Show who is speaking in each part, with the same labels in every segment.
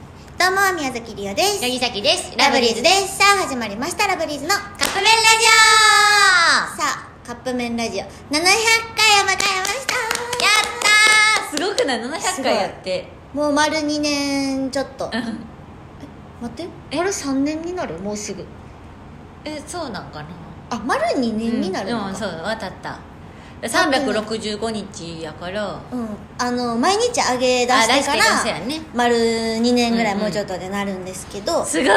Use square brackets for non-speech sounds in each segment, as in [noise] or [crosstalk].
Speaker 1: どうも宮崎りおです
Speaker 2: ヤギサキです
Speaker 1: ラブリーズですさあ始まりましたラブリーズのさ
Speaker 2: カップ麺ラ
Speaker 1: あカップ麺ラジオ700回を迎えました
Speaker 2: ジオやったーすごくない
Speaker 1: すご
Speaker 2: 700
Speaker 1: い
Speaker 2: 回やって
Speaker 1: もう丸2年ちょっと
Speaker 2: う
Speaker 1: 待
Speaker 2: ん
Speaker 1: って
Speaker 2: え
Speaker 1: 丸3年になるもうすぐ
Speaker 2: えそうなんかな
Speaker 1: あ丸2年になるの
Speaker 2: うん、うん、そ
Speaker 1: か
Speaker 2: うわかった365日やから
Speaker 1: うん、あの毎日揚げ出してか
Speaker 2: あ出してから
Speaker 1: ら
Speaker 2: そうやね
Speaker 1: 丸2年ぐらい
Speaker 2: うんうん
Speaker 1: もうちょっとでなるんですけど、
Speaker 2: すごい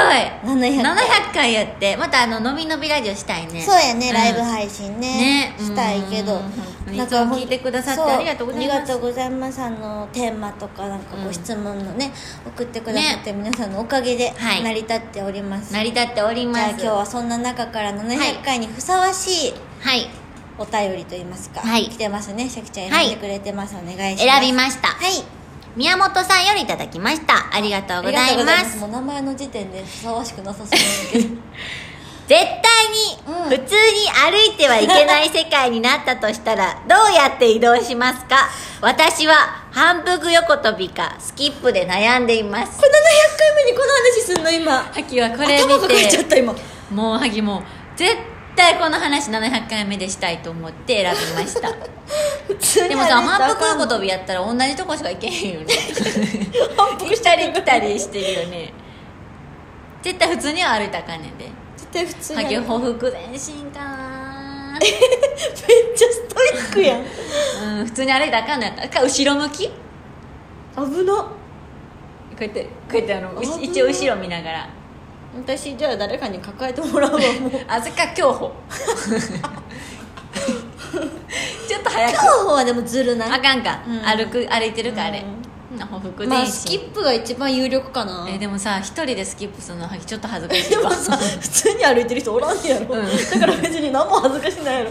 Speaker 1: 700
Speaker 2: 700回やってまたあののびのびラジオしたいね
Speaker 1: そうやね、
Speaker 2: ん
Speaker 1: ライブ配信ね
Speaker 2: ね
Speaker 1: したいけ
Speaker 2: う
Speaker 1: ど
Speaker 2: んうん
Speaker 1: なんか
Speaker 2: いつも聞いてくださってありがとうございます
Speaker 1: そありがとうございますあのテーマとかなんか
Speaker 2: う
Speaker 1: ご
Speaker 2: ん
Speaker 1: 質問のね、送ってくださって皆さんのおかげで
Speaker 2: はい
Speaker 1: 成り立っております、
Speaker 2: 成り立っておりま
Speaker 1: じゃあ
Speaker 2: す
Speaker 1: 今日はそんな中から700回にふさわしい
Speaker 2: はい
Speaker 1: お便りといいますか、
Speaker 2: はい
Speaker 1: 来てますねシャキちゃん
Speaker 2: はい
Speaker 1: 選んでくれてます、お願いします
Speaker 2: 選びました
Speaker 1: はい
Speaker 2: 宮本さんよりいただきましたありがとうございます
Speaker 1: もう名前の時点でふさわしくなさそうなんだけど
Speaker 2: 絶対
Speaker 1: うん
Speaker 2: に普通に歩いてはいけない世界になったとした [laughs] らどうやって移動しますか私は反復横跳びかスキップで悩んでいます
Speaker 1: これ700回目にこの話すんの今
Speaker 2: ハギはこれ
Speaker 1: 頭
Speaker 2: 見
Speaker 1: がかいちゃってた今
Speaker 2: もうハギもう絶対この話700回目でしたいと思って選びました [laughs]
Speaker 1: 普通に
Speaker 2: でもさ
Speaker 1: 話したらあ
Speaker 2: 反
Speaker 1: かん
Speaker 2: 復横跳びやったら同じとこしか行けへんよね反復したり来たりしてるよね絶対普通には歩いたらあかんねんで
Speaker 1: 絶対普通に
Speaker 2: ハ
Speaker 1: や
Speaker 2: ギ
Speaker 1: る
Speaker 2: ほふく前進か
Speaker 1: め
Speaker 2: な
Speaker 1: っちゃストイックやん
Speaker 2: うん、普通に歩いたらあかんのやったか後ろ向きこ
Speaker 1: 危な
Speaker 2: うやってこうやってあのうし
Speaker 1: 危ない
Speaker 2: 一応後ろ見ながら
Speaker 1: 私じゃあ誰かに抱えてもらうわも [laughs] う
Speaker 2: あずか競歩 [laughs] ちょっと早く
Speaker 1: 競歩はでもずるな
Speaker 2: あ
Speaker 1: い
Speaker 2: かんか、
Speaker 1: うん
Speaker 2: 歩く歩いてるかあ
Speaker 1: う
Speaker 2: れ、なほふく
Speaker 1: ま
Speaker 2: 前
Speaker 1: あスキ
Speaker 2: 進、
Speaker 1: ップが一番有力かな
Speaker 2: えでもさ一人でスキップするのはちょっと恥ずかし
Speaker 1: [laughs]
Speaker 2: い
Speaker 1: でも
Speaker 2: わ [laughs]
Speaker 1: さ普通に歩いてる人おらんねやろ、
Speaker 2: うん
Speaker 1: だから別に何も恥ずかしないやろ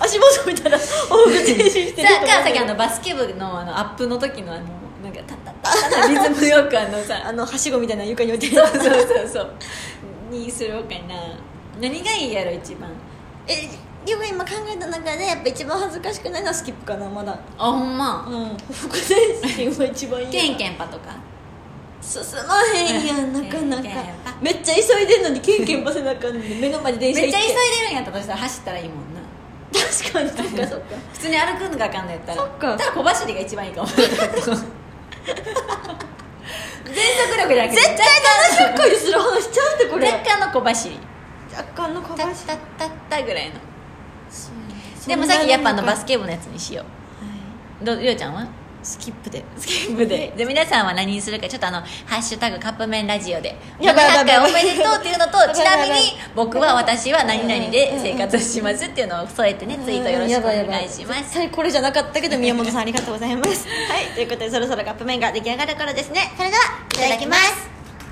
Speaker 1: 足元見たら往復停止してる
Speaker 2: さ
Speaker 1: とか
Speaker 2: あかさっきあのバスケ部のあのアップの時のあのなんかタッタッタッタッタリズムよくあのさ
Speaker 1: あのはしごみたいな床に置いてる
Speaker 2: そうそうそうそうにするかな何がいいやろ一番
Speaker 1: えでも今考えた中でやっぱ一番恥ずかしくないのはスキップかなまだ
Speaker 2: あほんま
Speaker 1: うん副前進は一番いいな
Speaker 2: ケンケンパとか
Speaker 1: 進まへんやんなか
Speaker 2: [laughs]
Speaker 1: な
Speaker 2: ケンケン
Speaker 1: かめっちゃ急いでんのにケンケンパせなあかんねん目の前で
Speaker 2: め
Speaker 1: 電
Speaker 2: っ
Speaker 1: 車
Speaker 2: ちゃ急
Speaker 1: 行
Speaker 2: い
Speaker 1: っ
Speaker 2: で
Speaker 1: て
Speaker 2: るんやったとしたら走ったらいいもんな
Speaker 1: 確かにそっかそっか
Speaker 2: 普通に歩くのがあかんのやったら
Speaker 1: そっか
Speaker 2: ただ小走りが一番いいかも全速力だけ
Speaker 1: 絶対70回する話しちゃうってこれ
Speaker 2: 若干の小走り
Speaker 1: 若干の小
Speaker 2: タ
Speaker 1: 林
Speaker 2: ッタッタッタぐらいのでもさっきやっぱあのバスケ部のやつにしようどうりょうちゃんは
Speaker 1: スキップで
Speaker 2: スキップでで皆さんは何にするかちょっとあの「ハッシュタグカップ麺ラジオ」で
Speaker 1: やばいやばい
Speaker 2: 700
Speaker 1: や [laughs] ば
Speaker 2: 回お
Speaker 1: い
Speaker 2: めでとうっていうのとちなみに僕は私は何々で生活しますっていうのを添えてねツイートよろしくお願いします
Speaker 1: はいこれじゃなかったけど宮本さんありがとうございますはいということでそろそろカップ麺が出来上がる頃ですねそれではいただきます